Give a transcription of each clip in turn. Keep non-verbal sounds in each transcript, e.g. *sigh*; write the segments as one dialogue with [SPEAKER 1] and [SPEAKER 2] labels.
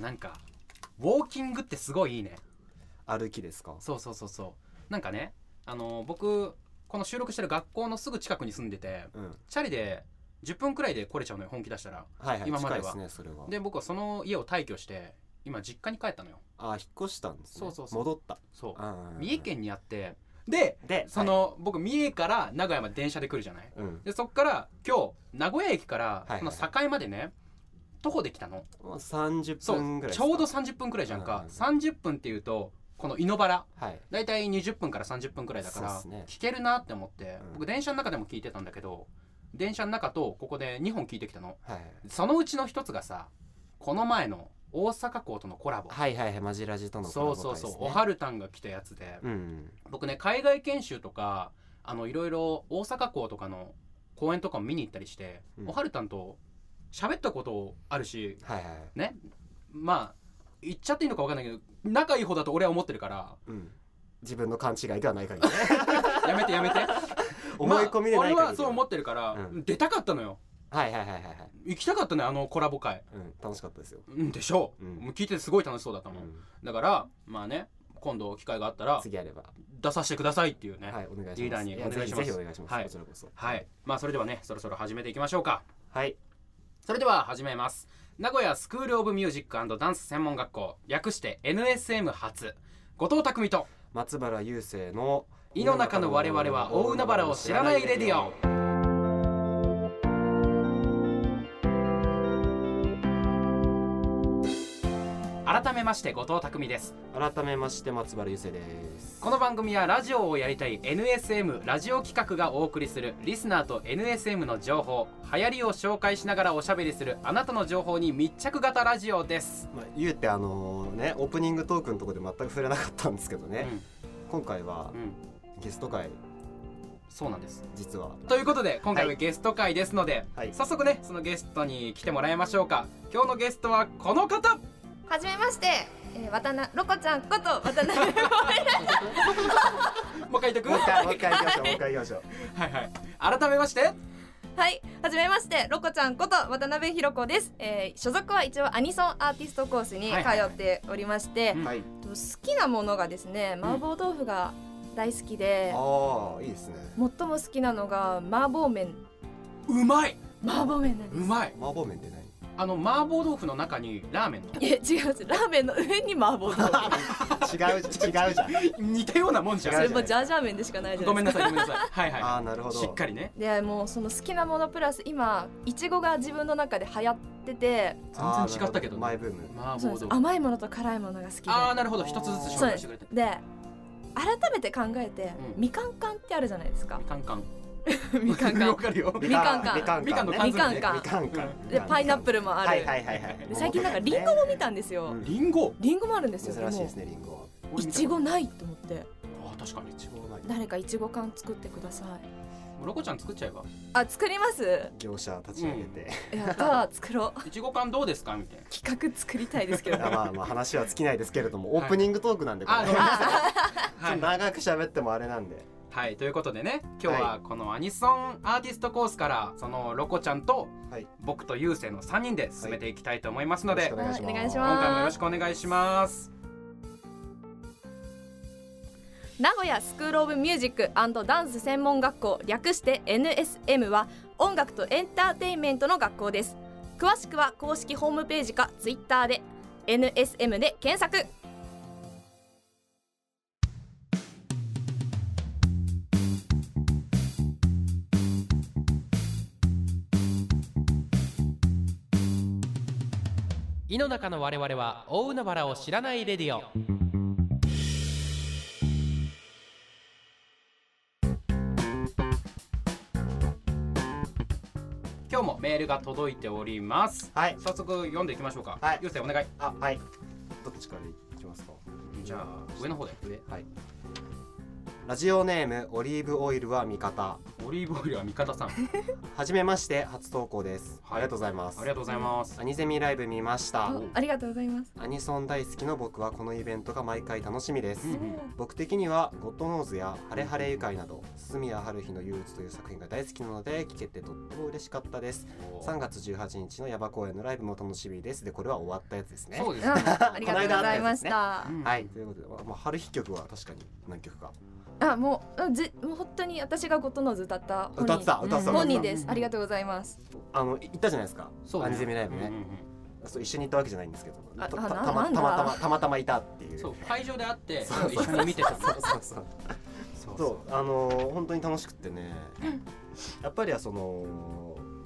[SPEAKER 1] なんかウォーキングってすごいいいね
[SPEAKER 2] 歩きですか
[SPEAKER 1] そうそうそうそうなんかねあの僕この収録してる学校のすぐ近くに住んでて
[SPEAKER 2] うん
[SPEAKER 1] チャリで10分くらいで来れちゃうのよ本気出したら
[SPEAKER 2] はいはい
[SPEAKER 1] 今
[SPEAKER 2] 今
[SPEAKER 1] ま
[SPEAKER 2] ま
[SPEAKER 1] で
[SPEAKER 2] で
[SPEAKER 1] は
[SPEAKER 2] は近いですねそれは
[SPEAKER 1] で僕はその家を退去して今実家に帰ったのよ
[SPEAKER 2] あー引っ越したんですね
[SPEAKER 1] そうそうそう
[SPEAKER 2] 戻った
[SPEAKER 1] そう
[SPEAKER 2] うんうんうん
[SPEAKER 1] 三重県にあってで
[SPEAKER 2] で
[SPEAKER 1] そ、の、僕三重から名古屋まで電車で来るじゃない
[SPEAKER 2] はいうん
[SPEAKER 1] でそっから今日名古屋駅から
[SPEAKER 2] はいはい
[SPEAKER 1] この境までね徒歩できたの
[SPEAKER 2] もう30
[SPEAKER 1] そう
[SPEAKER 2] 分ぐらいです
[SPEAKER 1] ち
[SPEAKER 2] か
[SPEAKER 1] ょうど30分くらいじゃん
[SPEAKER 2] うん
[SPEAKER 1] か
[SPEAKER 2] うんうん
[SPEAKER 1] 30分っていうとこの猪原
[SPEAKER 2] はい
[SPEAKER 1] 大体20分から30分くらいだから
[SPEAKER 2] そうっすね
[SPEAKER 1] 聞けるなって思って
[SPEAKER 2] うん
[SPEAKER 1] 僕電車の中でも聞いてたんだけど電車の中とここで2本聞いてきたの
[SPEAKER 2] はい
[SPEAKER 1] そのうちの一つがさこの前の大阪港とのコラボ
[SPEAKER 2] はいはいはいマジラジとのコラ
[SPEAKER 1] そ
[SPEAKER 2] ボ
[SPEAKER 1] うそう
[SPEAKER 2] 会です
[SPEAKER 1] そ
[SPEAKER 2] ね
[SPEAKER 1] うおはるたんが来たやつで
[SPEAKER 2] うん
[SPEAKER 1] 僕ね海外研修とかあのいろいろ大阪港とかの公演とかも見に行ったりして、
[SPEAKER 2] うん
[SPEAKER 1] おはるたんと喋ったことあるし
[SPEAKER 2] はいはい
[SPEAKER 1] ねまあ言っちゃっていいのか分かんないけど仲いい方だと俺は思ってるから
[SPEAKER 2] うん自分の勘違いではな
[SPEAKER 1] *laughs*
[SPEAKER 2] い限りね
[SPEAKER 1] やめてやめて
[SPEAKER 2] 思い込みでない限り
[SPEAKER 1] まあ俺はそう思ってるから、
[SPEAKER 2] うん
[SPEAKER 1] 出たかったのよ
[SPEAKER 2] はいはいはいはいはい
[SPEAKER 1] 行きたかったのよあのコラボ会
[SPEAKER 2] うん楽しかったですよ
[SPEAKER 1] うんでしょう、
[SPEAKER 2] うん
[SPEAKER 1] もう聞いててすごい楽しそうだった
[SPEAKER 2] う
[SPEAKER 1] もん、
[SPEAKER 2] ん
[SPEAKER 1] だからまあね今度機会があったら
[SPEAKER 2] 次あれば
[SPEAKER 1] 出させてくださいっていうね
[SPEAKER 2] はいお願いします
[SPEAKER 1] リーダーに
[SPEAKER 2] や
[SPEAKER 1] お願いします
[SPEAKER 2] ぜひぜひお願いします、
[SPEAKER 1] はい
[SPEAKER 2] こちらこそ
[SPEAKER 1] はい、まあそれではねそろそろ始めていきましょうか
[SPEAKER 2] はい
[SPEAKER 1] それでは始めます名古屋スクール・オブ・ミュージックダンス専門学校略して NSM 初後藤匠と
[SPEAKER 2] 松原雄生の
[SPEAKER 1] 「井の中の我々は大海原を知らないレディオ」改めまして後藤匠です
[SPEAKER 2] 改めまして松原雄生です
[SPEAKER 1] この番組はラジオをやりたい NSM ラジオ企画がお送りするリスナーと NSM の情報流行りを紹介しながらおしゃべりするあなたの情報に密着型ラジオです、
[SPEAKER 2] まあ、言うてあのねオープニングトークのところで全く触れなかったんですけどね、今回は
[SPEAKER 1] うんうん、
[SPEAKER 2] ゲスト会
[SPEAKER 1] そうなんです
[SPEAKER 2] 実は
[SPEAKER 1] ということで今回はは
[SPEAKER 2] は
[SPEAKER 1] ゲスト会ですので、
[SPEAKER 2] はい
[SPEAKER 1] 早速ねそのゲストに来てもらいましょうか今日のゲストはこの方
[SPEAKER 3] はじめまして、えー、渡なロコちゃんこと渡 *laughs* 辺
[SPEAKER 1] もう一回言っとく
[SPEAKER 2] もう一回
[SPEAKER 1] *laughs*
[SPEAKER 2] もう
[SPEAKER 1] は
[SPEAKER 2] 一回いきましょうもう一回いきましょう
[SPEAKER 1] いはい改めまして
[SPEAKER 3] はい、はじめましてロコちゃんこと渡辺ひろ子です、えー、所属は一応アニソンアーティストコースに通
[SPEAKER 1] はいはいはい
[SPEAKER 3] っておりまして、
[SPEAKER 1] うん
[SPEAKER 2] はい
[SPEAKER 3] と好きなものがですね麻婆豆腐が大好きで、
[SPEAKER 2] ああいいですね
[SPEAKER 3] 最も好きなのが麻婆麺
[SPEAKER 1] うまい
[SPEAKER 3] 麻婆麺なん
[SPEAKER 1] う
[SPEAKER 3] です
[SPEAKER 1] まい
[SPEAKER 2] 麻婆麺って *laughs* 何
[SPEAKER 1] あの麻婆豆腐の中にラーメンの
[SPEAKER 3] いや違うんですラーメンの上に麻婆豆腐
[SPEAKER 2] 違うじゃん違うじゃん
[SPEAKER 1] 似たようなもんじゃ
[SPEAKER 2] 違
[SPEAKER 3] それ
[SPEAKER 1] ん
[SPEAKER 2] う
[SPEAKER 3] もジャージャー麺でしかないじゃな
[SPEAKER 1] ご
[SPEAKER 3] い
[SPEAKER 1] めん
[SPEAKER 3] で
[SPEAKER 1] なさいごめんなさいはい
[SPEAKER 2] あ
[SPEAKER 1] は
[SPEAKER 2] あなるほ
[SPEAKER 1] い
[SPEAKER 2] ど
[SPEAKER 1] しっかりね
[SPEAKER 3] すかでもうその好きなものプラス今いちごが自分の中で流行ってて
[SPEAKER 2] あー
[SPEAKER 1] 全然違ったけどね
[SPEAKER 2] なるほマイブーム
[SPEAKER 1] 麻
[SPEAKER 3] そ
[SPEAKER 1] 婆豆
[SPEAKER 3] うなんです
[SPEAKER 1] 腐
[SPEAKER 3] 甘いものと辛いものが好きで
[SPEAKER 1] ああなるほど一つずつ紹介してくれて
[SPEAKER 3] で改めて考えて、
[SPEAKER 1] うん
[SPEAKER 3] みかん缶ってあるじゃないですか
[SPEAKER 1] *laughs* みかんかん
[SPEAKER 3] みかん
[SPEAKER 1] わ
[SPEAKER 3] 缶
[SPEAKER 1] かるよ
[SPEAKER 3] みかんかん
[SPEAKER 2] みかん
[SPEAKER 1] みかんの缶
[SPEAKER 2] ね
[SPEAKER 3] みかん
[SPEAKER 2] み
[SPEAKER 3] 缶
[SPEAKER 2] かんか
[SPEAKER 3] *laughs* でパイナップ
[SPEAKER 2] ル
[SPEAKER 3] ルもある、
[SPEAKER 2] はいはいはいはい
[SPEAKER 3] で最近なんかリンゴも見たんですよ、
[SPEAKER 2] うん
[SPEAKER 1] りんご
[SPEAKER 3] リンゴもあるんですよ
[SPEAKER 2] 珍しいです
[SPEAKER 3] ね
[SPEAKER 2] ねリンゴ
[SPEAKER 3] いちごないと思って
[SPEAKER 1] あ確かに
[SPEAKER 2] いちごない
[SPEAKER 3] 誰かいちご缶作ってください
[SPEAKER 1] ロコちゃん作っちゃえば
[SPEAKER 3] あ作ります
[SPEAKER 2] 業者立ち上げて、
[SPEAKER 3] やったー作ろう
[SPEAKER 1] いちご缶どうですかみたいな
[SPEAKER 3] 企画作りたいですけど
[SPEAKER 2] あまあまあ話は尽きないですけれどもオープニングトークなんでこれ、
[SPEAKER 1] あごめんなさ
[SPEAKER 2] ちょっ
[SPEAKER 1] い
[SPEAKER 2] と
[SPEAKER 1] はい、
[SPEAKER 2] 長く喋ってもあれなんで
[SPEAKER 1] はい、ということでね今日
[SPEAKER 2] は
[SPEAKER 1] はこのアニソンアーティストコースからそのロコちゃんと
[SPEAKER 2] はい
[SPEAKER 1] 僕とゆうせいの3人で進めていきたいと思いますので、
[SPEAKER 2] よろ
[SPEAKER 3] はい
[SPEAKER 2] しく
[SPEAKER 3] お願いし
[SPEAKER 1] 今
[SPEAKER 3] ま
[SPEAKER 1] 回もよろしくお願いします
[SPEAKER 3] 名古屋スクール・オブ・ミュージックダンス専門学校略して NSM は音楽とエンターテインメントの学校です詳しくは公式ホームページかツイッターで NSM で検索
[SPEAKER 1] 井の中の我々は大海原を知らないレディオ今日もメールが届いております
[SPEAKER 2] はい
[SPEAKER 1] 早速読んでいきましょうか、
[SPEAKER 2] はい
[SPEAKER 1] ゆうせいお願い
[SPEAKER 2] あはいどっちからいきますか
[SPEAKER 1] じゃあ上の方で上
[SPEAKER 2] はいラジオネームオリーブオイルは味方
[SPEAKER 1] オリーブオイルは味方さんあ
[SPEAKER 2] はじめまして初投稿です、
[SPEAKER 1] はい
[SPEAKER 2] ありがとうございます
[SPEAKER 1] りがとうございます
[SPEAKER 2] アニゼミライブ見ました
[SPEAKER 3] あありがとうございます。
[SPEAKER 2] アニソン大好きの僕はこのイベントが毎回楽しみです、
[SPEAKER 1] うん
[SPEAKER 2] 僕的には「ゴッドノーズ」や「ハレハレ愉快」など住谷春日の憂鬱という作品が大好きなので聞けてとっても嬉しかったです
[SPEAKER 1] おー
[SPEAKER 2] 3月18日のヤバ公演のライブも楽しみですでこれは終わったやつですね
[SPEAKER 1] そうで
[SPEAKER 3] うん
[SPEAKER 1] すね
[SPEAKER 3] ありがとうございました。
[SPEAKER 1] うん
[SPEAKER 2] はいということで、まあまあ、春日曲は確かに何曲か
[SPEAKER 3] あもううんぜもう本当に私がゴトノーズ歌った本人
[SPEAKER 2] 歌ってた
[SPEAKER 1] うん
[SPEAKER 2] 歌ってた
[SPEAKER 3] 本
[SPEAKER 2] 歌
[SPEAKER 3] 人
[SPEAKER 2] って
[SPEAKER 3] です。ありがとうございます。
[SPEAKER 2] たあの行ったじゃないですか
[SPEAKER 1] そうね
[SPEAKER 2] アニゼミライブね
[SPEAKER 1] うんうん
[SPEAKER 2] そう一緒に行ったわけじゃないんですけど
[SPEAKER 3] あ
[SPEAKER 2] たた
[SPEAKER 3] あな
[SPEAKER 2] たま
[SPEAKER 3] なん
[SPEAKER 2] た
[SPEAKER 3] だ
[SPEAKER 2] またまたまたまいたっていううん
[SPEAKER 1] そう会場で会って
[SPEAKER 2] そうそう
[SPEAKER 1] 一緒に見てた
[SPEAKER 2] そうそうそう
[SPEAKER 1] そ
[SPEAKER 2] そうあのー本当に楽しくってねやっぱりはその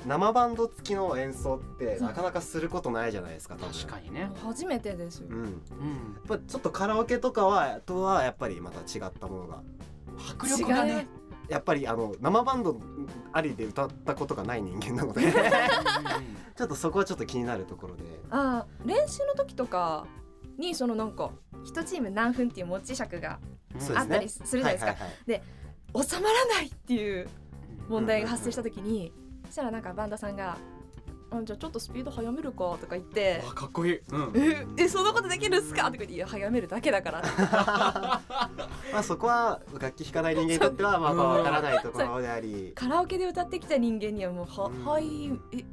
[SPEAKER 2] 生バンド付きの演奏ってなかなかすることないじゃないですか多分
[SPEAKER 1] 確かにね
[SPEAKER 3] 初めてですよ。
[SPEAKER 2] うん
[SPEAKER 1] うん
[SPEAKER 2] やっぱちょっとカラオケとかはとはやっぱりまた違ったものが
[SPEAKER 1] 迫力がね
[SPEAKER 2] やっぱりあの生バンドありで歌ったことがない人間なのでちょっとそこはちょっと気になるところで
[SPEAKER 3] あ練習の時とかにそのなんか一チーム何分っていう持ち尺が
[SPEAKER 2] そう
[SPEAKER 3] あ
[SPEAKER 2] です
[SPEAKER 3] っ
[SPEAKER 2] ね
[SPEAKER 3] たりするじゃないですか
[SPEAKER 2] はいはいはい
[SPEAKER 3] 収まらないってい
[SPEAKER 1] う
[SPEAKER 3] う
[SPEAKER 1] ん
[SPEAKER 3] 問題が発生した時にそしたらなんかバンダさんが「あじゃあちょっとスピード速めるか」とか言って
[SPEAKER 1] あかっこいいうん
[SPEAKER 3] 「ええそんなことできるんすか?」とか言って「いや速めるだけだから」
[SPEAKER 2] *laughs* まあそこは楽器弾かない人間にとってはまあまあわからないところであり
[SPEAKER 3] カラオケで歌ってきた人間にはもうは
[SPEAKER 2] うん
[SPEAKER 3] 「はいええ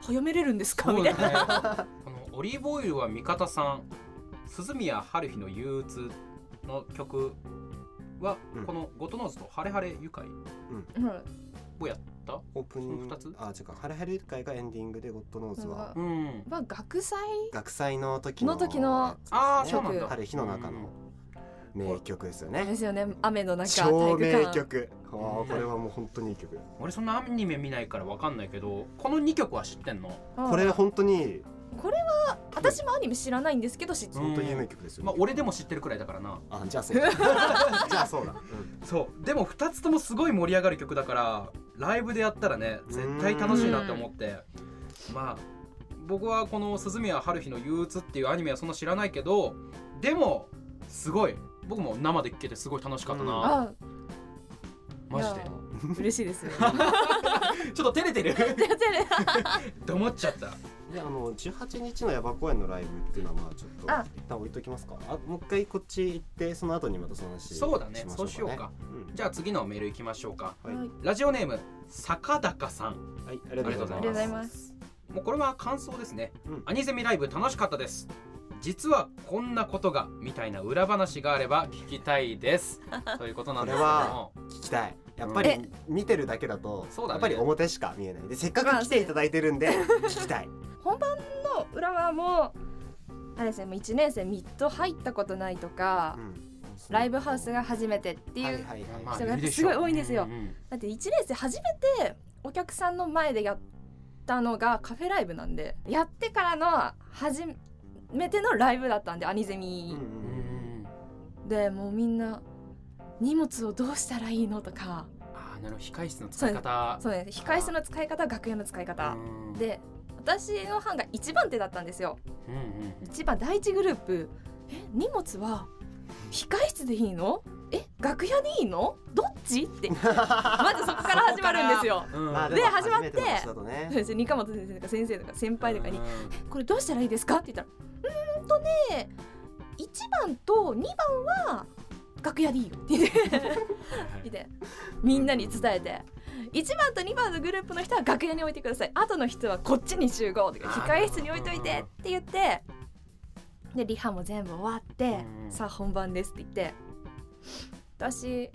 [SPEAKER 3] 早めれるんですか?」
[SPEAKER 1] そ
[SPEAKER 3] み
[SPEAKER 1] う
[SPEAKER 3] た
[SPEAKER 1] だ
[SPEAKER 3] いな。
[SPEAKER 1] ねこのオリーブオイルは味方さん鈴宮春日の憂鬱の曲は
[SPEAKER 2] うん
[SPEAKER 1] この「ゴトノーズ」と「ハレハレ愉快
[SPEAKER 3] うん」
[SPEAKER 1] をやった
[SPEAKER 2] オープニング
[SPEAKER 1] その二つ
[SPEAKER 2] あ違うかハレハレ愉快がエンディングでゴッドノーズは
[SPEAKER 1] うん
[SPEAKER 3] まあ学祭
[SPEAKER 2] 学祭の時の
[SPEAKER 3] の時の
[SPEAKER 2] やつですね
[SPEAKER 1] ああそうなんだ
[SPEAKER 2] 春日の中の名曲ですよね
[SPEAKER 3] ですよね雨の中体
[SPEAKER 2] 超
[SPEAKER 3] 育
[SPEAKER 2] 名
[SPEAKER 3] 館
[SPEAKER 2] 曲あーこれはもう本当にいい曲
[SPEAKER 1] 俺そんなアニメ見ないからわかんないけどこの2曲は知ってんの
[SPEAKER 3] うん
[SPEAKER 2] これ本当に
[SPEAKER 3] これは私もアニメ知らないんですけど知って
[SPEAKER 2] 本当に有名曲ですよ
[SPEAKER 1] まあ
[SPEAKER 2] ね
[SPEAKER 1] 俺でも知ってるくらいだからな
[SPEAKER 2] あじゃあそう
[SPEAKER 3] *laughs*
[SPEAKER 2] だじゃあそうだうん
[SPEAKER 1] そうでも2つともすごい盛り上がる曲だからライブでやったらね絶対楽しいなって思ってまあ僕はこの「鈴宮春日の憂鬱」っていうアニメはそんな知らないけどでもすごい僕も生で聴けてすごい楽しかったな、
[SPEAKER 3] あ
[SPEAKER 1] マジで
[SPEAKER 3] いや嬉しいです
[SPEAKER 1] *laughs*
[SPEAKER 3] よ
[SPEAKER 1] ちょっと照れてる *laughs*
[SPEAKER 3] *laughs* 全然
[SPEAKER 1] 黙っちゃった
[SPEAKER 2] であの18日のヤバ公演のライブっていうのはまあちょっと
[SPEAKER 3] あ
[SPEAKER 2] 一旦置いときますかあもう一回こっち行ってその後にまたその話
[SPEAKER 1] そうだね
[SPEAKER 2] まし
[SPEAKER 1] そ
[SPEAKER 2] ょ
[SPEAKER 1] うしようか
[SPEAKER 2] うん
[SPEAKER 1] じゃあ次のメールいきましょうか
[SPEAKER 2] はい
[SPEAKER 3] はい
[SPEAKER 1] ラジオネーム坂高さん
[SPEAKER 2] はいありがとうございます
[SPEAKER 1] ありがとうござい
[SPEAKER 3] ます
[SPEAKER 1] もうこれは感想ですね、
[SPEAKER 2] うん
[SPEAKER 1] アニゼミライブ楽しかったです実はこんなことがみたいな裏話があれば聞きたいです *laughs* ということなんですけども
[SPEAKER 2] 聞きたいやっぱり見てるだけだと
[SPEAKER 1] そうだね
[SPEAKER 2] やっぱり表しか見えないでせっかく来ていただいてるんで聞き
[SPEAKER 1] *laughs*
[SPEAKER 2] たい
[SPEAKER 3] 本番の裏はもうあれですねもう1年生ミッド入ったことないとか、ライブハウス
[SPEAKER 2] っ
[SPEAKER 3] が初めてって
[SPEAKER 2] て
[SPEAKER 3] いう、
[SPEAKER 2] はいはい
[SPEAKER 1] まあ
[SPEAKER 2] はい
[SPEAKER 3] 人が
[SPEAKER 1] いるでし
[SPEAKER 3] す
[SPEAKER 1] ょ
[SPEAKER 3] ごい多いんですよ
[SPEAKER 1] ううん
[SPEAKER 3] だって1年生初めてお客さんの前でやったのがカフェライブなんでやってからの初めてのライブだったんでアニゼ
[SPEAKER 2] うん
[SPEAKER 3] ミ
[SPEAKER 2] う、
[SPEAKER 1] うん
[SPEAKER 2] ん
[SPEAKER 3] でもうみんな荷物をどうしたらいいのとか
[SPEAKER 1] あーなるほど控室の使い方
[SPEAKER 3] そうです控室の使い方楽屋の使い方
[SPEAKER 1] うん
[SPEAKER 3] で私の班が1番手だったんですよ
[SPEAKER 1] うんうん
[SPEAKER 3] 一番第一グループえ荷物は控室でいいのえ楽屋でいいのどっちってまずそこから始まるんですよ
[SPEAKER 1] うん
[SPEAKER 2] まあ
[SPEAKER 3] で
[SPEAKER 2] も
[SPEAKER 3] 始まっ
[SPEAKER 2] 初
[SPEAKER 3] て
[SPEAKER 2] めの話だとね
[SPEAKER 3] そう *laughs* ですね二本先生とか先生とか先輩とか
[SPEAKER 1] *laughs*
[SPEAKER 3] に
[SPEAKER 1] うん
[SPEAKER 3] 「これどうしたらいいですか?」って言ったら「うーんとね1番と2番は楽屋でいいよ」って言って見てみんなに伝えて1番と2番のグループの人は楽屋に置いてください後の人はこっちに集合とか
[SPEAKER 1] あー
[SPEAKER 3] 控え室に置いといてって言ってでリハも全部終わって
[SPEAKER 1] うん
[SPEAKER 3] さあ本番ですって言って私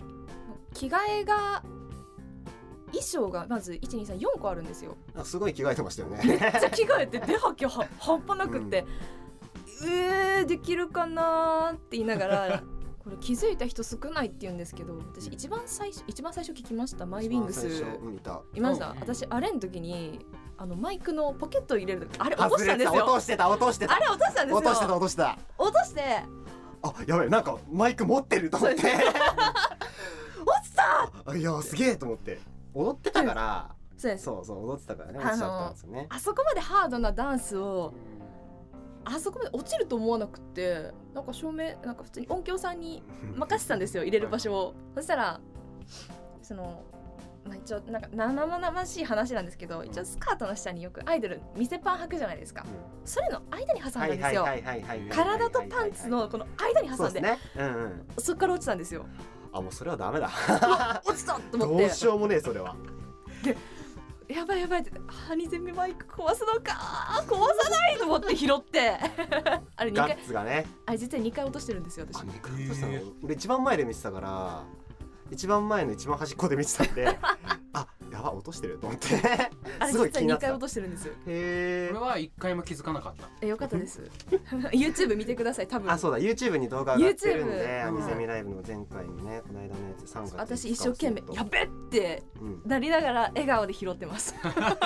[SPEAKER 3] 着替えが衣装がまず1234個あるんですよ。
[SPEAKER 2] なんかすごい着替えてましたよ
[SPEAKER 3] めっち
[SPEAKER 2] ね
[SPEAKER 3] ゃ着替えて出はきは半端なくって、うえー、できるかなーって言いなが
[SPEAKER 2] *laughs*
[SPEAKER 3] らこれ気づいた人少ないって言うんですけど私一番最初一番最初聞きましたマイウィング
[SPEAKER 2] *laughs*
[SPEAKER 3] ス
[SPEAKER 2] 一番最初うんいた
[SPEAKER 3] いました、
[SPEAKER 1] うんうん
[SPEAKER 3] 私あれの時にあのマイクのポケットを入れる時あれ落と
[SPEAKER 2] 外
[SPEAKER 3] し
[SPEAKER 2] れ
[SPEAKER 3] た
[SPEAKER 2] て
[SPEAKER 3] んです
[SPEAKER 2] た落
[SPEAKER 3] よ
[SPEAKER 2] としてた落として
[SPEAKER 3] あ
[SPEAKER 2] た
[SPEAKER 3] れ落としたんですよ
[SPEAKER 2] 落としてた落としてた
[SPEAKER 3] 落として
[SPEAKER 2] あやべえなんかマイク持ってると思って
[SPEAKER 3] そう
[SPEAKER 2] *laughs*
[SPEAKER 3] で落ちた
[SPEAKER 2] あいやすげえと思って踊ってたから
[SPEAKER 3] そうです
[SPEAKER 2] そうそう踊ってたからね落ちちゃったんですよね
[SPEAKER 3] あそこまでハードなダンス
[SPEAKER 1] う
[SPEAKER 3] を
[SPEAKER 1] ん
[SPEAKER 3] あそこまで落ちると思わなくてなんか照明なんか普通に音響さんに任せたんですよ入れる場所をそしたらその、まあ、一応なんか生々しい話なんですけど一応スカートの下によくアイドル見せパン履くじゃないですかそれの間に挟んだんですよ体とパンツのこの間に
[SPEAKER 2] そ
[SPEAKER 3] 挟
[SPEAKER 2] うんで
[SPEAKER 3] です
[SPEAKER 2] ねうんうん
[SPEAKER 3] そっから落ちた
[SPEAKER 2] *laughs*
[SPEAKER 3] んですよ
[SPEAKER 2] あもうそれはダメだ
[SPEAKER 3] 落ちたと
[SPEAKER 2] ど
[SPEAKER 3] 思って
[SPEAKER 2] うしようもねえそれは
[SPEAKER 3] やばいやばいってハニゼミバイク壊すのか壊さないと思って拾って
[SPEAKER 2] *laughs*
[SPEAKER 3] あれ2
[SPEAKER 2] ガッ
[SPEAKER 3] 回
[SPEAKER 2] ツがね
[SPEAKER 3] あれ実は2回落としてるんですよ私
[SPEAKER 2] あ二回落としたの俺一番前で見てたから一番前の一番端っこで見てたんで
[SPEAKER 3] *laughs*
[SPEAKER 2] あやば落としてると思って
[SPEAKER 3] あれ
[SPEAKER 2] す
[SPEAKER 3] 実は
[SPEAKER 2] ごい気にな
[SPEAKER 3] 2
[SPEAKER 2] って
[SPEAKER 3] 回
[SPEAKER 2] た
[SPEAKER 3] 落としてるんですよ
[SPEAKER 2] へ
[SPEAKER 1] 俺
[SPEAKER 2] ー
[SPEAKER 1] は一回も気づかなかった
[SPEAKER 3] えよかったです
[SPEAKER 2] *laughs*
[SPEAKER 3] *laughs* YouTube 見てください多分
[SPEAKER 2] あそうだ YouTube に動画上がってるんで
[SPEAKER 3] YouTube
[SPEAKER 2] アニセミライブの前回のねこの間のやつ3月
[SPEAKER 3] 私一生懸命やべって
[SPEAKER 2] うん
[SPEAKER 3] なりながら笑顔で拾ってます *laughs*
[SPEAKER 2] だか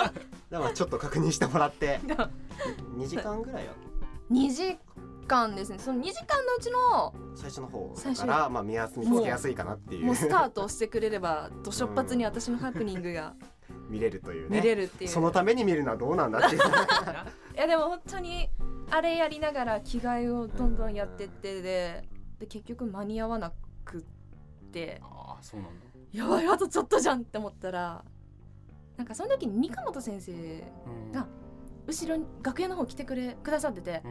[SPEAKER 2] らちょっと確認してもらって
[SPEAKER 3] でも
[SPEAKER 2] 2時間ぐらいは
[SPEAKER 3] 2時間ですねその2時間のうちの
[SPEAKER 2] 最初の方
[SPEAKER 3] 最
[SPEAKER 2] だ
[SPEAKER 3] 初
[SPEAKER 2] からまあ見やす見つけやすいかなってい
[SPEAKER 3] もう
[SPEAKER 2] う
[SPEAKER 3] スタートをしてくれればどしょっぱつに私のハプニング *laughs* が
[SPEAKER 2] 見れるというね
[SPEAKER 3] 見れるっていう、
[SPEAKER 2] そのために見るのはどうなんだっていう
[SPEAKER 3] いやでも本当にあれやりながら着替えをどんどんやってってでで結局間に合わなくって
[SPEAKER 1] ああそうなんだ
[SPEAKER 3] やばいあとちょっとじゃんって思ったらなんかその時に三本先生
[SPEAKER 1] うん
[SPEAKER 3] あ後ろに楽屋の方来てくれくださってて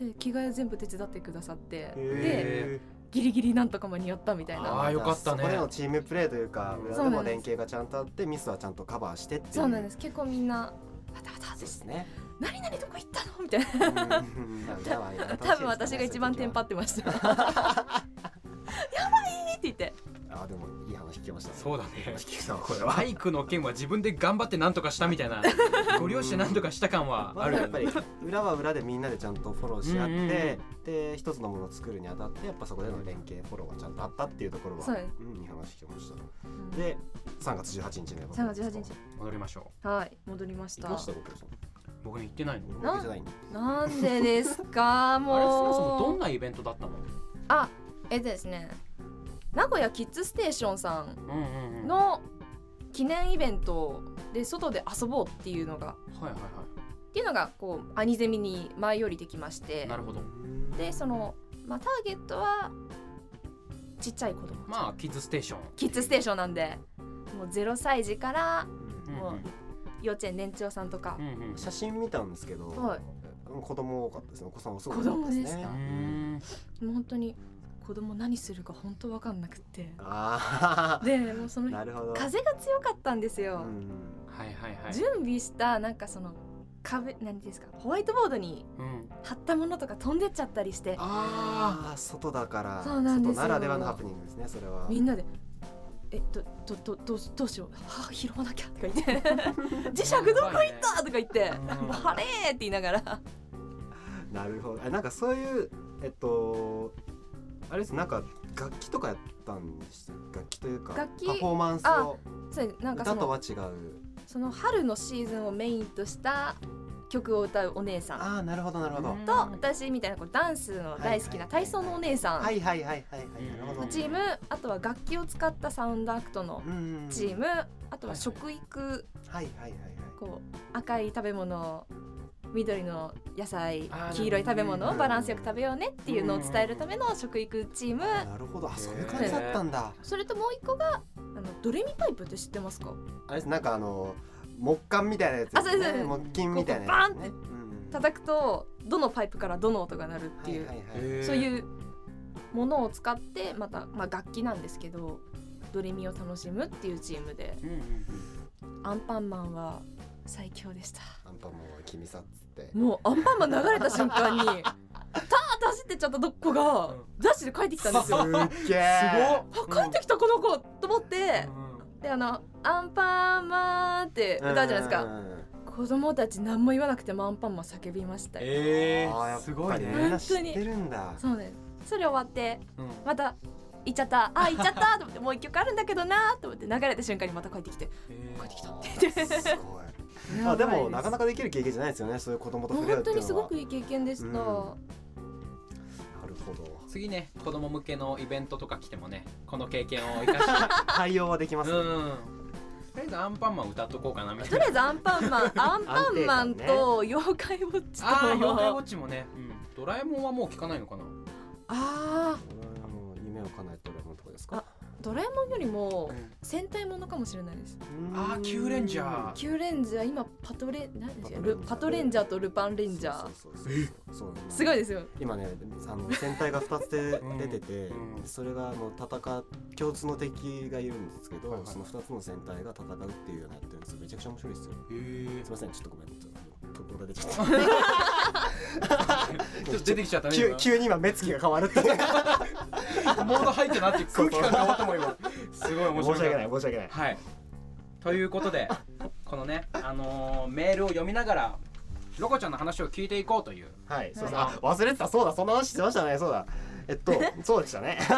[SPEAKER 1] うん
[SPEAKER 3] で着替え全部手伝ってくださってで
[SPEAKER 1] へ
[SPEAKER 3] ギリギリなんとか間に合ったみたい
[SPEAKER 1] あ
[SPEAKER 3] な
[SPEAKER 1] ーよかったね
[SPEAKER 2] そこでのチームプレーというか
[SPEAKER 1] うん
[SPEAKER 2] 裏でも連携がちゃんとあってミスはちゃんとカバーしてっていう
[SPEAKER 3] そうなんですす結構みんな「わたわた」
[SPEAKER 2] そう
[SPEAKER 3] って
[SPEAKER 2] ですね
[SPEAKER 3] 「何々どこ行ったの?」みたいな
[SPEAKER 2] うんなんだわ楽しいですね
[SPEAKER 3] 多分私が一番テンパってました「やばい!」って言って
[SPEAKER 2] あでもいい話聞きましたね
[SPEAKER 1] そうだね *laughs*
[SPEAKER 2] いい話聞きたわこれは
[SPEAKER 1] バイクの件は自分で頑張ってなんとかしたみた *laughs* いなご両親なんとかした感は
[SPEAKER 2] ま
[SPEAKER 1] あ
[SPEAKER 2] あ、
[SPEAKER 1] る
[SPEAKER 2] やっぱり裏は裏でみんなでちゃんとフォローし合って、
[SPEAKER 1] うんうん
[SPEAKER 2] で一つのものを作るにあたってやっぱそこでの連携フォローがちゃんとあったっていうところは
[SPEAKER 3] そうです
[SPEAKER 2] ん、いい話聞きましたで3月18日ね
[SPEAKER 3] 3月18日
[SPEAKER 1] 戻りましょ
[SPEAKER 3] はい戻りまし
[SPEAKER 2] 行
[SPEAKER 3] た
[SPEAKER 2] きました僕さん
[SPEAKER 1] う僕に言ってないの
[SPEAKER 2] 俺も行けてないんだ
[SPEAKER 3] なんでですかも
[SPEAKER 1] *laughs*
[SPEAKER 3] う
[SPEAKER 1] あれそもそもどんなイベントだったの
[SPEAKER 3] あえっとですね名古屋キッズステーションさん
[SPEAKER 1] うんうんうんはい
[SPEAKER 3] の記念イベントで外で遊ぼうっていうのが
[SPEAKER 1] はいは
[SPEAKER 3] っていうのがこうアニゼミに前よりできまし
[SPEAKER 1] い
[SPEAKER 3] て
[SPEAKER 1] なるほど
[SPEAKER 3] でその、まあ、ターゲットはちっちゃい子供
[SPEAKER 1] まあキッズステーション
[SPEAKER 3] キッズステー
[SPEAKER 1] シ
[SPEAKER 3] ションなんでもう0歳児から
[SPEAKER 2] うん
[SPEAKER 3] もう幼稚園年長さんとか
[SPEAKER 1] う、んうん
[SPEAKER 2] 写真見たんですけど、
[SPEAKER 3] はい
[SPEAKER 2] 子供多かったですねお子さんもすごい多かったです
[SPEAKER 3] 子供で
[SPEAKER 2] ね
[SPEAKER 3] した
[SPEAKER 1] うん
[SPEAKER 3] もう本当に子供何するか本当わかんなくて
[SPEAKER 2] あ
[SPEAKER 3] でもうそ
[SPEAKER 2] あ
[SPEAKER 3] の日
[SPEAKER 2] なるほど
[SPEAKER 3] 風が強かったんです
[SPEAKER 2] う
[SPEAKER 3] よ、
[SPEAKER 2] ん
[SPEAKER 1] はいはいはい
[SPEAKER 3] 準備したなんかその壁何ですかホワイトボードに
[SPEAKER 1] うん
[SPEAKER 3] 貼ったものとか飛んでっちゃったりして
[SPEAKER 1] あ
[SPEAKER 2] ああ外だから
[SPEAKER 3] そうなんですよ
[SPEAKER 2] 外ならではのハプニングですねそれは
[SPEAKER 3] みんなで「えどどどどうしどうしようはあ拾わなきゃ」とか言
[SPEAKER 2] *laughs*
[SPEAKER 3] って「磁石どこ行った!」とか言って
[SPEAKER 1] うん
[SPEAKER 3] 「あれ!」って言いながら
[SPEAKER 2] なるほどあなんかそういうえっとあれですなんか楽器とかやったんでした楽器というか
[SPEAKER 3] 楽器
[SPEAKER 2] パフォーマンスを
[SPEAKER 3] そうですなんかそ
[SPEAKER 2] 歌と
[SPEAKER 3] の
[SPEAKER 2] は違う
[SPEAKER 3] その春のシーズンをメインとした曲を歌うお姉さん
[SPEAKER 2] ああなるほどなるほど、
[SPEAKER 1] うん
[SPEAKER 3] と私みたいなこうダンスの大好きな体操のお姉さ
[SPEAKER 2] は
[SPEAKER 3] ん
[SPEAKER 2] いはいはいはいはいなるほど
[SPEAKER 3] のチームあとは楽器を使ったサウンドアクトの
[SPEAKER 2] うん
[SPEAKER 3] チームあとは食育
[SPEAKER 2] はいはいはいはい
[SPEAKER 3] こう赤い食べ物緑の野菜
[SPEAKER 1] あー
[SPEAKER 3] 黄色い食べ
[SPEAKER 1] な
[SPEAKER 3] 物
[SPEAKER 2] る
[SPEAKER 3] を
[SPEAKER 2] ほど
[SPEAKER 3] バランスよく食べようねっていうのを伝えるための食育チーム
[SPEAKER 2] なるほどあそういう感じだったんだ
[SPEAKER 3] それともう一個があのドレミパイプって知ってますか
[SPEAKER 2] あれですなんかあの木管みたいなやつですね
[SPEAKER 3] あそうですそうです
[SPEAKER 2] 木琴みたいなやつね
[SPEAKER 3] こう
[SPEAKER 2] うん
[SPEAKER 3] 叩くとどのパイプからどの音が鳴るっていう、
[SPEAKER 2] はいはいはい
[SPEAKER 1] へー
[SPEAKER 3] そういうものを使ってまた、まあ、楽器なんですけどドレミを楽しむっていうチームで
[SPEAKER 1] うんうん
[SPEAKER 3] アンパンマンは最強でした
[SPEAKER 2] アンパンマンは君さっつって
[SPEAKER 3] もうアンパンマン流れた瞬 *laughs* 間にターッと走ってっちゃったどっこがダッシュで帰ってきたんですよ
[SPEAKER 2] すっ
[SPEAKER 1] す
[SPEAKER 2] げえ
[SPEAKER 1] ごっ
[SPEAKER 3] あ帰ってきたこの子と思って
[SPEAKER 1] うんうん
[SPEAKER 3] であの「アンパンマン」って歌うじゃないですか
[SPEAKER 2] か
[SPEAKER 3] 子供たち何も言わなくてもアンパンマン叫びましたよ
[SPEAKER 1] え
[SPEAKER 2] あーや
[SPEAKER 1] ー
[SPEAKER 2] っ
[SPEAKER 1] すご
[SPEAKER 2] ぱ
[SPEAKER 1] い
[SPEAKER 2] り
[SPEAKER 1] ね
[SPEAKER 2] みんな知ってるんだ
[SPEAKER 3] そうねそれ終わって
[SPEAKER 1] うん
[SPEAKER 3] また「行っちゃったあ行っちゃった」と思って「もう一曲あるんだけどな」と思って流れた瞬間にまた帰ってきて
[SPEAKER 1] え
[SPEAKER 3] 帰ってきたって
[SPEAKER 2] すごいまあでもなかなかできる経験じゃないですよねそういう子供と
[SPEAKER 3] もう
[SPEAKER 2] 触れ合う
[SPEAKER 3] 本
[SPEAKER 2] っていう
[SPEAKER 3] 当に
[SPEAKER 2] のは
[SPEAKER 3] すごくいい経験でした、
[SPEAKER 2] うんなるほど
[SPEAKER 1] *laughs* 次ね子供
[SPEAKER 3] *laughs*
[SPEAKER 1] 向けのイベントとか来てもねこの経験を生かして
[SPEAKER 2] 対応はできますね
[SPEAKER 1] うんとりあえずアンパンマン歌っとこうかなみたい
[SPEAKER 3] と
[SPEAKER 1] な
[SPEAKER 3] りあえずアンパンマン *laughs* アンパンマン
[SPEAKER 2] 安定感
[SPEAKER 3] と妖怪ウォッチと
[SPEAKER 1] ああ妖怪ウォッチもね、うん、ドラえもんはもう聞かないのかな
[SPEAKER 3] あ
[SPEAKER 2] あ
[SPEAKER 3] ー
[SPEAKER 2] の夢を叶えてるものとかですか
[SPEAKER 3] ドラえもんよりも戦隊ものかもしれないです
[SPEAKER 1] あーキューレンジャー
[SPEAKER 3] キューレンジャー今パトレ何でしたっけ
[SPEAKER 2] パトレンジャー
[SPEAKER 3] ルパトレンジャーとルパンレンジャー
[SPEAKER 2] そうそうそうそうそうなんだ
[SPEAKER 3] すごいですよ
[SPEAKER 2] 今ねあの戦隊が2つで
[SPEAKER 1] *laughs* うん
[SPEAKER 2] 出てて、
[SPEAKER 1] うん
[SPEAKER 2] それがあの戦う共通の敵がいるんですけど、
[SPEAKER 1] はいはい
[SPEAKER 2] その2つの戦隊が戦うっていうようなやってるんですよめちゃくちゃ面白いですよ
[SPEAKER 1] へえ
[SPEAKER 2] *laughs* すいませんちょっとごめんちょっとところが出てきた
[SPEAKER 1] ちょっと出てきちゃったね
[SPEAKER 2] 急
[SPEAKER 1] *laughs* 今
[SPEAKER 2] 急に今目つきが変わるって
[SPEAKER 1] モード入ってなって空気感変わったもん今 *laughs* すごい面白
[SPEAKER 2] 申し
[SPEAKER 1] い
[SPEAKER 2] 訳ない申し訳ない
[SPEAKER 1] はいということでこのねあのーメールを読みながらロコちゃんの話を聞いていこうという
[SPEAKER 2] はいそうそう
[SPEAKER 1] は
[SPEAKER 2] あ忘れてたそうだそんな話してましたねそうだえ
[SPEAKER 3] *laughs*
[SPEAKER 2] っとそうでしたね *laughs*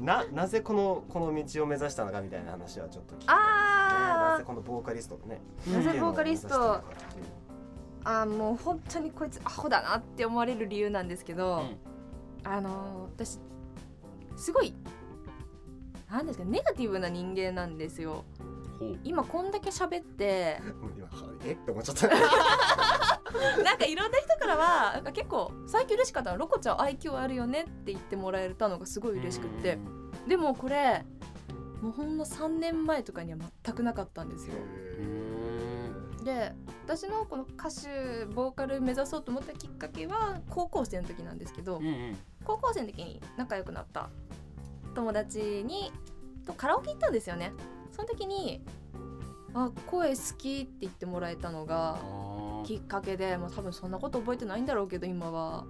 [SPEAKER 2] ななぜこのこの道を目指したのかみたいな話はちょっと聞きたいですね
[SPEAKER 3] あー
[SPEAKER 2] なぜこのボーカリストがね
[SPEAKER 3] なぜボーカリスト
[SPEAKER 2] っていうのを目指したのかっていう
[SPEAKER 3] あーもう本当にこいつアホだなって思われる理由なんですけど、
[SPEAKER 1] うん
[SPEAKER 3] あのー私すごいなんですかネガティブな人間なんですよ
[SPEAKER 1] ほう
[SPEAKER 3] 今こんだけ
[SPEAKER 1] *laughs*
[SPEAKER 3] 喋って
[SPEAKER 2] もう今はえって思っちゃった。
[SPEAKER 3] なんかいろんな人からはなんか結構最近嬉しかったのロコちゃん IQ あるよねって言ってもらえたのがすごい嬉しくってでもこれもうほんの3年前とかには全くなかったんですよで私のこの歌手ボーカル目指そうと思ったきっかけは高校生の時なんですけど
[SPEAKER 1] うんうん
[SPEAKER 3] 高校生の時に仲良くなった友達にとカラオケ行ったんですよねその時に「あ声好き」って言ってもらえたのが
[SPEAKER 1] あー
[SPEAKER 3] きっかけで、まあ、多分そんなこと覚えてないんだろうけど今は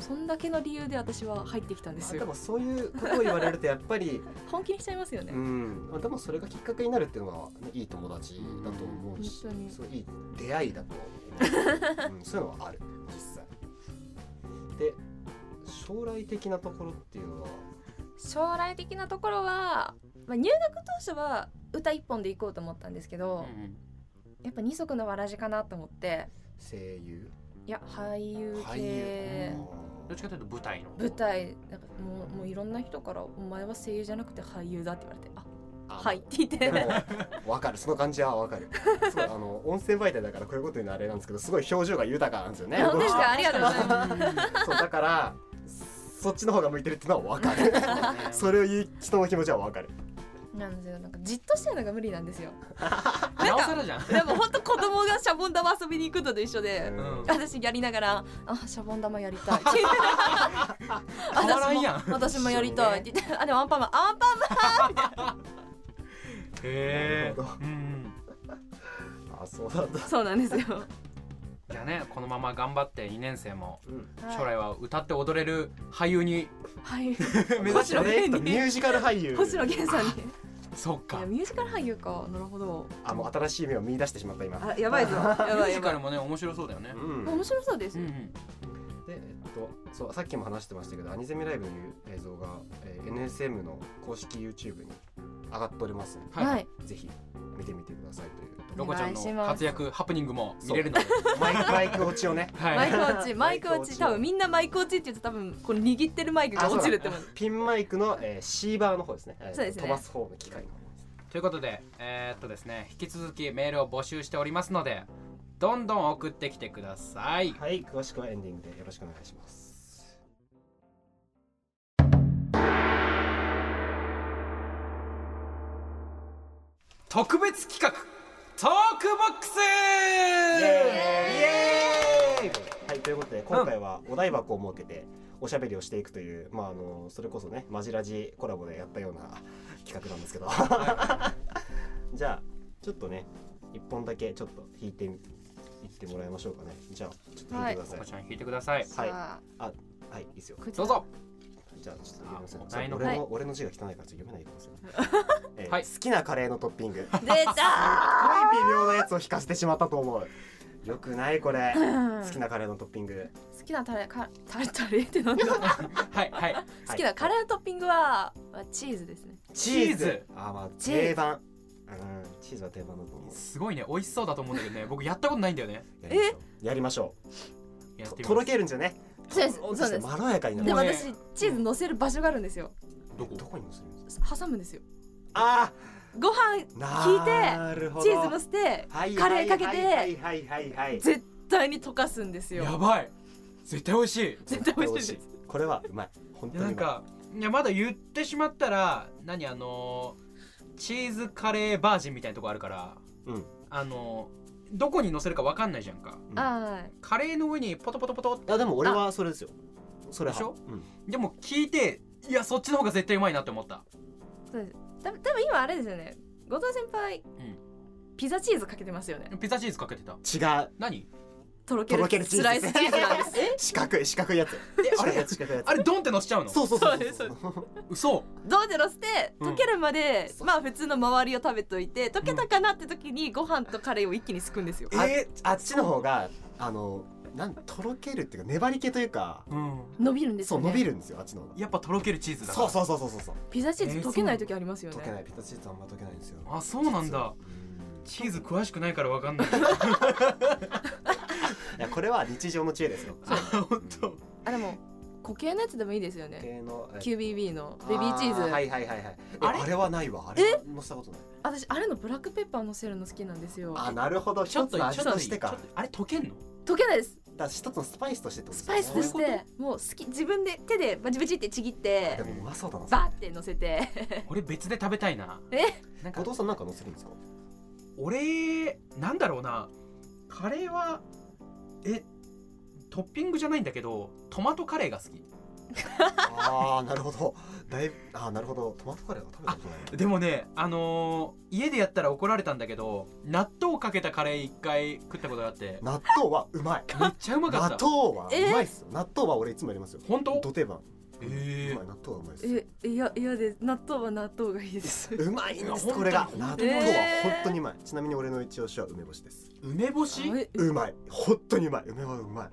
[SPEAKER 3] そんだけの理由で私は入ってきたん *laughs* です
[SPEAKER 2] で
[SPEAKER 3] よ
[SPEAKER 2] もそういうことを言われるとやっぱり、
[SPEAKER 3] 本気にしちゃいますよね、
[SPEAKER 2] うん、まあでもそれがきっかけになるっていうのは、ね、いい友達だと思うし、
[SPEAKER 3] 本当に
[SPEAKER 2] そういい出会いだと思う、うん、そういうのはある実際。で将来的なところっていうのは、
[SPEAKER 3] 将来的なところは、まあ、入学当初は歌一本で行こうと思ったんですけ
[SPEAKER 1] うん
[SPEAKER 3] ど、
[SPEAKER 1] うん
[SPEAKER 3] やっぱ二足のわらじかなと思って
[SPEAKER 2] 声優
[SPEAKER 3] いや俳優
[SPEAKER 2] 俳
[SPEAKER 3] 系
[SPEAKER 2] 優
[SPEAKER 1] どっちかというと舞台の
[SPEAKER 3] 舞台なんかもうもういろんな人から「お前は声優じゃなくて俳優だ」って言われて「
[SPEAKER 2] あ
[SPEAKER 3] あ
[SPEAKER 2] ー
[SPEAKER 3] はい」って言って
[SPEAKER 2] でもわかるその感じはわかるすごいあの音声媒体だからこういうこと言うのあれなんですけどすごい表情が豊かなんですよね
[SPEAKER 3] 本当ですかありがとうござい
[SPEAKER 1] ます
[SPEAKER 3] *laughs*
[SPEAKER 2] そうだからそっちの方が向いてるってのはわかるそれを言う人の気持ちはわかる
[SPEAKER 3] *laughs* なんですよなんかじっとしてるのが無理なんですよ
[SPEAKER 1] なおさらじゃん
[SPEAKER 3] *laughs* でも本当子供がシャボン玉遊びに行くのと一緒で
[SPEAKER 1] ん
[SPEAKER 3] 私やりながら「あシャボン玉やりたい」
[SPEAKER 1] 変わらんやん
[SPEAKER 3] *laughs* 私も私もやりたい」って言って「あでもアンパンマンアンパン
[SPEAKER 1] へえ
[SPEAKER 2] なるほあそうなんだ、
[SPEAKER 3] マン」そうなんですよ、
[SPEAKER 1] じゃあねこのまま頑張って2年生も
[SPEAKER 2] うん、
[SPEAKER 1] 将来は歌って踊れる俳優
[SPEAKER 3] *laughs*
[SPEAKER 1] に
[SPEAKER 3] はい
[SPEAKER 1] 目指
[SPEAKER 3] 指し
[SPEAKER 1] してて
[SPEAKER 3] る
[SPEAKER 2] えっとミュージカル俳優
[SPEAKER 3] 星野源さんに
[SPEAKER 1] *laughs* そっ
[SPEAKER 3] い
[SPEAKER 1] か
[SPEAKER 3] や
[SPEAKER 1] ミ
[SPEAKER 3] ミュージカル俳優かなるほど
[SPEAKER 2] あもう新しい夢を見出してしまった今
[SPEAKER 3] あやばいぞや
[SPEAKER 1] ュ
[SPEAKER 3] ば
[SPEAKER 1] ー
[SPEAKER 3] い
[SPEAKER 1] ジ
[SPEAKER 3] や
[SPEAKER 1] カ
[SPEAKER 3] ば
[SPEAKER 1] ル
[SPEAKER 3] い
[SPEAKER 1] もね面白そうだよね
[SPEAKER 2] うん
[SPEAKER 3] 面白そうです
[SPEAKER 1] う
[SPEAKER 3] よ、
[SPEAKER 1] んうん
[SPEAKER 2] でえっとそうさっきも話してましたけどアニゼミライブの映像が、えー NSM の公式 YouTube に上がっておりますので、
[SPEAKER 3] はい、
[SPEAKER 2] ぜひ見てみてくださいというとこ
[SPEAKER 1] ロコちゃん
[SPEAKER 3] お願いし
[SPEAKER 1] の
[SPEAKER 3] ます
[SPEAKER 1] 活躍ハプニングも見れるので
[SPEAKER 3] *laughs*
[SPEAKER 2] マイクマイク落ちをね
[SPEAKER 3] マ
[SPEAKER 1] はい
[SPEAKER 3] イク落ちマイク落
[SPEAKER 2] マイ
[SPEAKER 3] ち
[SPEAKER 2] ク落ちを
[SPEAKER 3] 多分みんなマイク落ちって言うと多分この握ってるマイクが落ちるって思う
[SPEAKER 2] ピンマイクの、えーシーバーの方ですねえー
[SPEAKER 3] そうですね
[SPEAKER 2] 飛ばす方の機械の方で
[SPEAKER 1] *laughs*
[SPEAKER 2] す
[SPEAKER 1] ということでえーっとですね引き続きメールを募集しておりますのでどんどん送ってきてください
[SPEAKER 2] はい、詳しくはエンディングでよろしくお願いします。
[SPEAKER 1] 特別企画トークボックス
[SPEAKER 2] イイエーイはい、ということで、今回はお台箱を設けて、おしゃべりをしていくという、まあ、あの、それこそね、マジラジコラボでやったような *laughs* 企画なんですけど。 *laughs* じゃあ、ちょっとね、一本だけちょっと引いて、いってもらいましょうかね。じゃあ、ちょっと引いてくださ
[SPEAKER 1] ロコ
[SPEAKER 2] い。はい
[SPEAKER 1] ち、ゃん弾いてください
[SPEAKER 2] はい
[SPEAKER 3] さ
[SPEAKER 2] い、いですよ
[SPEAKER 3] あ。こち
[SPEAKER 1] ど
[SPEAKER 3] ら
[SPEAKER 1] うぞ
[SPEAKER 2] じゃあ、ちょっと読みます
[SPEAKER 1] あお
[SPEAKER 2] ね
[SPEAKER 1] 題。の
[SPEAKER 2] 俺
[SPEAKER 3] はい
[SPEAKER 2] の、俺の字が汚いから、ちょっと読めないかもしれない。えー
[SPEAKER 1] はい
[SPEAKER 2] 好きなカレーのトッピン *laughs* グ。
[SPEAKER 3] 出た
[SPEAKER 2] すごい微妙なやつを引かせてしまったと思うよくないこ *laughs* れ
[SPEAKER 3] ー
[SPEAKER 2] 好きなカレーのトッピング
[SPEAKER 3] 好きなタレかタレタレってなんだ
[SPEAKER 1] はいはい
[SPEAKER 3] 好きなカレーのトッピングは、まあ、チーズですね
[SPEAKER 2] ー
[SPEAKER 1] チ
[SPEAKER 2] チ
[SPEAKER 1] ーズ
[SPEAKER 2] ーズあーまあ
[SPEAKER 3] チーズ
[SPEAKER 2] 定番うんチーズは定番だと思う
[SPEAKER 1] すごいね美味しそうだと思うんだけどね僕やったことないんだよね
[SPEAKER 2] やりましょうやりましょ
[SPEAKER 1] やっ
[SPEAKER 2] う
[SPEAKER 1] てみ
[SPEAKER 2] と
[SPEAKER 1] ま
[SPEAKER 2] ろ
[SPEAKER 1] す
[SPEAKER 2] けるんじゃね
[SPEAKER 3] そうです
[SPEAKER 2] とろっと
[SPEAKER 3] そう
[SPEAKER 2] して
[SPEAKER 3] です
[SPEAKER 2] まろやかにな
[SPEAKER 3] で
[SPEAKER 2] る
[SPEAKER 3] も
[SPEAKER 1] もね
[SPEAKER 3] 私チーズ乗せる場所があるんですよ
[SPEAKER 1] どこ
[SPEAKER 2] どこに乗せるんですか
[SPEAKER 3] 挟むんですよ
[SPEAKER 2] あ
[SPEAKER 3] ご飯
[SPEAKER 2] なるほど
[SPEAKER 3] チーズのせて
[SPEAKER 2] はい
[SPEAKER 3] カレーかけて
[SPEAKER 2] はいはいはいはいはい
[SPEAKER 3] 絶対に溶かすんです
[SPEAKER 1] や
[SPEAKER 3] よ
[SPEAKER 1] ばい絶対美味しい
[SPEAKER 3] 絶対美味しい
[SPEAKER 2] 美
[SPEAKER 3] で
[SPEAKER 2] 味これはうまい本
[SPEAKER 1] い
[SPEAKER 2] 当
[SPEAKER 1] や
[SPEAKER 2] に
[SPEAKER 1] な
[SPEAKER 2] うんまい
[SPEAKER 1] かいやまだ言ってしまったら何あのーチーズカレーバージンみたいなとこあるから
[SPEAKER 2] うん
[SPEAKER 1] あのーどこに乗せるかわかんないじゃんか
[SPEAKER 3] すは
[SPEAKER 1] カレーの上にポトポトポト
[SPEAKER 2] いやでも俺はそれですよそれは
[SPEAKER 1] でしょ
[SPEAKER 2] うん
[SPEAKER 1] でも聞いていやそっちの方が絶対うまいなって思った
[SPEAKER 3] いそうです多分多分今あれですよね後藤先輩、
[SPEAKER 1] ん
[SPEAKER 3] ピザチーズかけてますよね
[SPEAKER 1] ピザチーズかけてた
[SPEAKER 2] 違う
[SPEAKER 1] 何
[SPEAKER 3] とろけ
[SPEAKER 2] とろけ
[SPEAKER 3] る
[SPEAKER 2] るチーズ
[SPEAKER 3] スライスチーズなんですえ
[SPEAKER 2] 四角い四角いやつ
[SPEAKER 1] え
[SPEAKER 2] 四
[SPEAKER 1] あ
[SPEAKER 2] 角いや
[SPEAKER 1] れ
[SPEAKER 2] つ四角いやつ
[SPEAKER 1] あれドンって乗せちゃうの
[SPEAKER 2] そうそうそう
[SPEAKER 3] そうですそうで
[SPEAKER 1] 嘘
[SPEAKER 3] どうでろして
[SPEAKER 1] うん
[SPEAKER 3] 溶けるまで、
[SPEAKER 2] そう
[SPEAKER 3] まあ普通の周りを食べといて溶けたかなって時にご飯とカレーを一気にすくんですよ
[SPEAKER 1] え
[SPEAKER 2] あっちの方があのなんとろけるっていうか粘り気というか
[SPEAKER 1] うん
[SPEAKER 3] 伸びるんです
[SPEAKER 2] そ
[SPEAKER 3] よ
[SPEAKER 2] う
[SPEAKER 3] ね
[SPEAKER 2] 伸びるんですよあっちの方が
[SPEAKER 1] やっぱとろけるチーズだ
[SPEAKER 2] そう
[SPEAKER 1] う
[SPEAKER 2] そうそうそうそうそう
[SPEAKER 3] ピザチーズ溶けない時ありますよね
[SPEAKER 2] 溶、けないピタチーズあんま溶けないんですよ
[SPEAKER 1] あそうなんだ
[SPEAKER 2] うん
[SPEAKER 1] チーズ詳しくないからわかんない
[SPEAKER 2] いやこれは日常の知恵ですよ
[SPEAKER 1] あ本当
[SPEAKER 3] あでも固形のやつでもいいですよね
[SPEAKER 2] 系のえ
[SPEAKER 3] QBB のベビーチーズ
[SPEAKER 2] あはいはいはいはいえ
[SPEAKER 1] あれ
[SPEAKER 2] あれはないわあれ乗せたことない
[SPEAKER 3] 私あれのブラックペッパーのせるの好きなんですよ
[SPEAKER 2] あなるほど
[SPEAKER 1] ちょ
[SPEAKER 2] 一
[SPEAKER 1] っ
[SPEAKER 2] つ
[SPEAKER 1] と
[SPEAKER 2] の
[SPEAKER 1] ち
[SPEAKER 2] 味
[SPEAKER 1] ょっと
[SPEAKER 2] として
[SPEAKER 1] ち
[SPEAKER 2] か
[SPEAKER 1] ょっとあれ溶けんの
[SPEAKER 3] 溶けないです
[SPEAKER 2] だから一つのスパイスとしてってこと
[SPEAKER 3] ス
[SPEAKER 2] ですよ
[SPEAKER 3] パ
[SPEAKER 2] ね
[SPEAKER 3] イスとし
[SPEAKER 1] そういう
[SPEAKER 3] てもう好き自分で手でバチバチってちぎって
[SPEAKER 2] でもうまそうだな
[SPEAKER 3] バーって乗せて
[SPEAKER 1] 俺別で食べたいな
[SPEAKER 3] え
[SPEAKER 1] なん
[SPEAKER 2] 後
[SPEAKER 1] か
[SPEAKER 2] 藤さんなんか乗せるんですか
[SPEAKER 1] 俺なんだろうなカレーはえトッピングじゃないんだけどトマトカレーが好き
[SPEAKER 2] ああなるほどだいぶあーなるほどトマトカレーは食べたことない
[SPEAKER 1] でもねあのー家でやったら怒られたんだけど納豆かけたカレー一回食ったことがあって
[SPEAKER 2] 納豆はうまい
[SPEAKER 1] めっちゃうまかった
[SPEAKER 2] 納豆は
[SPEAKER 3] えー
[SPEAKER 2] うまいっすよ納豆は俺いつもやりますよ
[SPEAKER 1] 本当
[SPEAKER 2] ど定番
[SPEAKER 1] えー
[SPEAKER 2] うまい納豆はうまいっす
[SPEAKER 3] えいやいやです納豆は納豆がいいです
[SPEAKER 2] うまいんです
[SPEAKER 1] いや
[SPEAKER 2] これが
[SPEAKER 1] 本
[SPEAKER 2] 納
[SPEAKER 1] 当
[SPEAKER 2] 豆
[SPEAKER 1] に
[SPEAKER 2] は
[SPEAKER 3] えー
[SPEAKER 2] 本当にうまいちなみに俺の一押しは梅干しです
[SPEAKER 1] 梅干し
[SPEAKER 3] え
[SPEAKER 2] うまい本当にうまい梅はうまい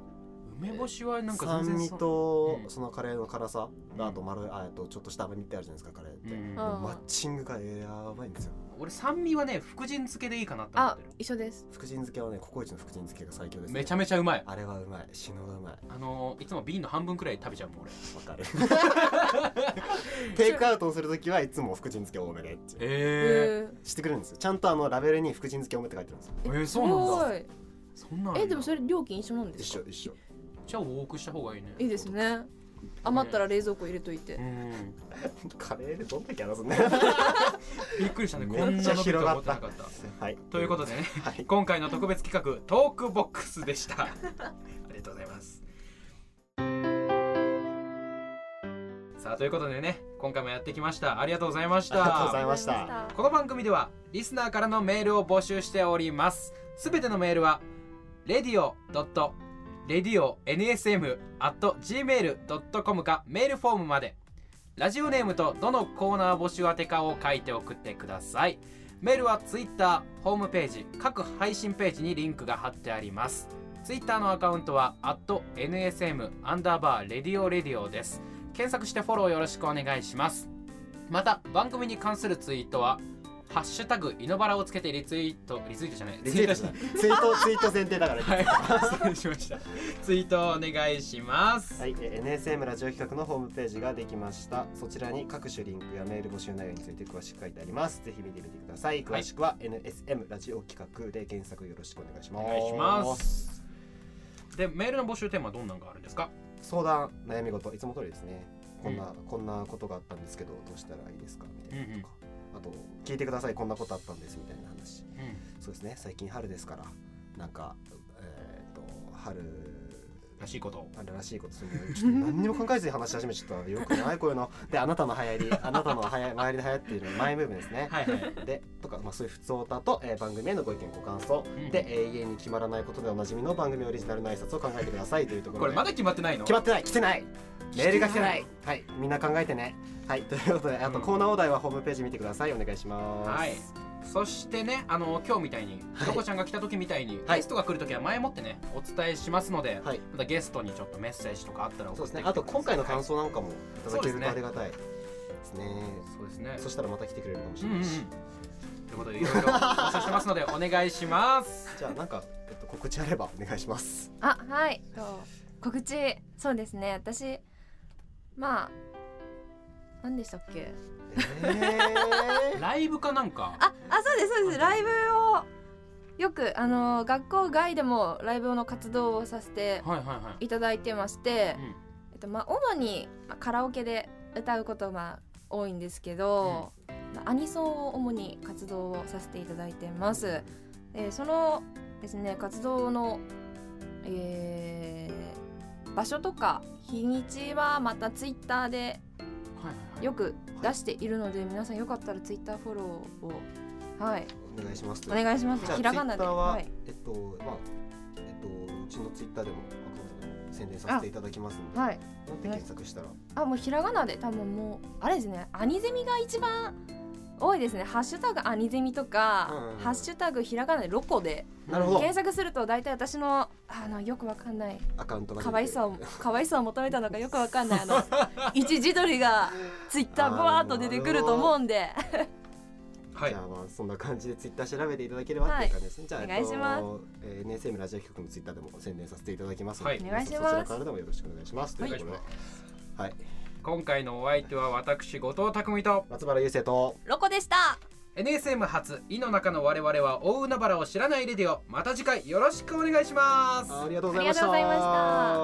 [SPEAKER 1] 梅干しはなんか
[SPEAKER 2] 酸
[SPEAKER 1] 全然
[SPEAKER 2] 味
[SPEAKER 1] そ
[SPEAKER 2] と
[SPEAKER 1] うん
[SPEAKER 2] そのカレーの辛さ
[SPEAKER 1] うん
[SPEAKER 2] あとまろやあとちょっとした甘みってあるじゃないですかカレーっ
[SPEAKER 1] う
[SPEAKER 2] て
[SPEAKER 1] ん
[SPEAKER 3] あー
[SPEAKER 2] マッチングがやばいんですよ
[SPEAKER 1] 俺酸味はね福神漬けでいいかなって思っ
[SPEAKER 3] あ
[SPEAKER 1] てる
[SPEAKER 3] 一緒です
[SPEAKER 2] 福神漬けはねココイチの福神漬けが最強ですね
[SPEAKER 1] めちゃめちゃうまい
[SPEAKER 2] あれはうまい死ぬほどうまい
[SPEAKER 1] あのーいつも瓶の半分くらい食べちゃうもん俺
[SPEAKER 2] わか
[SPEAKER 1] *laughs*
[SPEAKER 2] るテイクアウトをするときはいつも福神漬け多めでって
[SPEAKER 1] え
[SPEAKER 3] え
[SPEAKER 2] してくれるんですよちゃんとあのラベルに福神漬け多めって書いてるんですよ
[SPEAKER 1] ー、えー、
[SPEAKER 3] す
[SPEAKER 1] そうなんだ
[SPEAKER 3] ごい
[SPEAKER 1] そんな
[SPEAKER 3] えでもそ
[SPEAKER 1] れ
[SPEAKER 3] れ料金一緒なんで
[SPEAKER 2] 一
[SPEAKER 3] すか
[SPEAKER 2] 緒一緒
[SPEAKER 1] じゃあウォークした方がいいね
[SPEAKER 3] いいですね余ったら冷蔵庫入れといて、
[SPEAKER 1] うん *laughs*
[SPEAKER 2] カレーでどんだけ争すんだ
[SPEAKER 1] びっくりしたね
[SPEAKER 2] めっち
[SPEAKER 1] こんな
[SPEAKER 2] ゃ
[SPEAKER 1] 伸びるとは思ってなかった
[SPEAKER 2] はい
[SPEAKER 1] ということでね
[SPEAKER 2] はい
[SPEAKER 1] 今回の特別企画トークボックスでした *laughs* ありがとうございますさあということでね今回もやってきましたありがとうございまし
[SPEAKER 2] ありがとうご
[SPEAKER 1] た
[SPEAKER 2] ざいました
[SPEAKER 3] ありがとうございまし
[SPEAKER 1] この番組ではリスナーからのメールを募集しておりますすべてのメールは radio.radio.nsm.gmail.com かメールフォームまでラジオネームとどのコーナー募集宛てかを書いて送ってくださいメールは Twitter ホームページ各配信ページにリンクが貼ってあります Twitter のアカウントは @nsm アンダーバーレディオレディオです検索してフォローよろしくお願いしますまた番組に関するツイートは「ハッシュタグイノバラ」をつけてリツイートリツイートじゃない
[SPEAKER 2] リツイートし
[SPEAKER 1] し
[SPEAKER 2] ない
[SPEAKER 1] た
[SPEAKER 2] ツイートツイート前提だからね
[SPEAKER 1] はい失礼しました *laughs* ツイートお願いします、
[SPEAKER 2] はい、えー NSM ラジオ企画のホームページができましたそちらに各種リンクやメール募集内容について詳しく書いてありますぜひ見てみてください
[SPEAKER 1] はい
[SPEAKER 2] 詳しくは NSM ラジオ企画で検索よろしくお願いしま
[SPEAKER 1] お
[SPEAKER 2] す
[SPEAKER 1] 願いしますでメールの募集テーマはどんなんがあるんですか
[SPEAKER 2] 相談悩み事いつも通りですねこんな、こんなことがあったんですけどどうしたらいいですかみたいなとか、あと聞いてくださいこんなことあったんですみたいな話
[SPEAKER 1] うん
[SPEAKER 2] そうですね最近春ですからなんかえーっ、と春
[SPEAKER 1] らしいことを
[SPEAKER 2] あれらしいことするのにちょ
[SPEAKER 1] *laughs*
[SPEAKER 2] っと何にも考えずに話し始めちゃったよくないこういうのであなたの流行りあなたの流行周りで流行っているマイムーブですね
[SPEAKER 1] はいはい
[SPEAKER 2] でとか、まあ、そういう普通歌と、えー番組へのご意見ご感想、
[SPEAKER 1] うん
[SPEAKER 2] で永遠に決まらないことでおなじみの番組オリジナルの挨拶を考えてくださいというと
[SPEAKER 1] *laughs*
[SPEAKER 2] こ
[SPEAKER 1] こ
[SPEAKER 2] ろ
[SPEAKER 1] れ
[SPEAKER 2] で
[SPEAKER 1] まだ決まってないの
[SPEAKER 2] 決まってない来てないメールが来てない
[SPEAKER 1] 来
[SPEAKER 2] はいみんな考えてねはいということであと、
[SPEAKER 1] うん
[SPEAKER 2] コーナーお題はホームページ見てくださいお願いします
[SPEAKER 1] はいそしてねあの今日みたいに
[SPEAKER 2] はい
[SPEAKER 1] ロコちゃんが来た時みたいに、
[SPEAKER 2] はい
[SPEAKER 1] ゲストが来る時は前もってねお伝えしますので、
[SPEAKER 2] はい
[SPEAKER 1] またゲストにちょっとメッセージとかあったら
[SPEAKER 2] そ
[SPEAKER 1] 送
[SPEAKER 2] う
[SPEAKER 1] ってきてくだ
[SPEAKER 2] ですね
[SPEAKER 1] さい
[SPEAKER 2] あと今回の感想なんかもいただけ
[SPEAKER 1] そうです
[SPEAKER 2] る
[SPEAKER 1] ね
[SPEAKER 2] とありがたいですね
[SPEAKER 1] そうですね
[SPEAKER 2] そしたらまた来てくれるかもし
[SPEAKER 1] う
[SPEAKER 2] れ
[SPEAKER 1] んうんうと
[SPEAKER 2] なんいし、
[SPEAKER 1] いうことでいろいろ募集してますのでお願いします
[SPEAKER 2] じゃあなんか、えっと、告知あればお願いし
[SPEAKER 3] *laughs*
[SPEAKER 2] ます。
[SPEAKER 3] あはい告知そうですね私まあ何でしたっけ
[SPEAKER 2] え
[SPEAKER 1] ライブかなんか
[SPEAKER 3] ああそうですそうですライブをよくあの学校外でもライブの活動をさせて
[SPEAKER 1] はいはいはい
[SPEAKER 3] ただいてまして、
[SPEAKER 1] うん
[SPEAKER 3] えっとまあ、主に、まあ、カラオケで歌うことが多いんですけど、まあアニソンを主に活動をさせていただいてます、えーそのですね活動の、えー場所とか日にちはまたツイッターで
[SPEAKER 1] はいはいはい
[SPEAKER 3] よく出しているので、皆さんよかったらツイッターフォローをはい
[SPEAKER 2] ーお願いします
[SPEAKER 3] お願いします
[SPEAKER 2] じゃあ
[SPEAKER 3] ひらがな
[SPEAKER 2] ツ
[SPEAKER 3] で
[SPEAKER 2] イッターは、
[SPEAKER 3] はい、
[SPEAKER 2] えっとまあえっとうちのツイッターでもアカウントでも宣伝させていただきますので、
[SPEAKER 3] はい、
[SPEAKER 2] なんて検索したら
[SPEAKER 3] あもうひらがなで多分もうあれですねアニゼミが一番多いですね「ハッシュタグアニゼミ」とか
[SPEAKER 2] うんうんうん
[SPEAKER 3] ハッシュタグひらがなでロコ」で
[SPEAKER 2] なるほど
[SPEAKER 3] 検索すると大体私のあのよくわかんない
[SPEAKER 2] アカウントが出て
[SPEAKER 3] かわいさをかわいさを求めたのかよくわかんないあ
[SPEAKER 2] *laughs*
[SPEAKER 3] の一字取りがツイッターぼわーっと出てくると思うんで
[SPEAKER 1] はい
[SPEAKER 2] じゃあまあそんな感じでツイッター調べていただければっていう感じですね、
[SPEAKER 3] い
[SPEAKER 2] じゃあえっと
[SPEAKER 3] お願いし
[SPEAKER 2] えー NSM ラジオ局のツイッターでも宣伝させていただきますので、
[SPEAKER 1] はい
[SPEAKER 3] お願いします
[SPEAKER 2] 皆さんそちらからでもよろしくお願いします、
[SPEAKER 1] はい
[SPEAKER 2] ということではい
[SPEAKER 1] 今回のお相手は私後藤匠と
[SPEAKER 2] 松原優生と
[SPEAKER 3] ロコでした
[SPEAKER 1] NSM 初「井の中の我々は大海原を知らないレディオ」また次回よろしくお願いします
[SPEAKER 2] ありがとうございました
[SPEAKER 3] ありがとうございました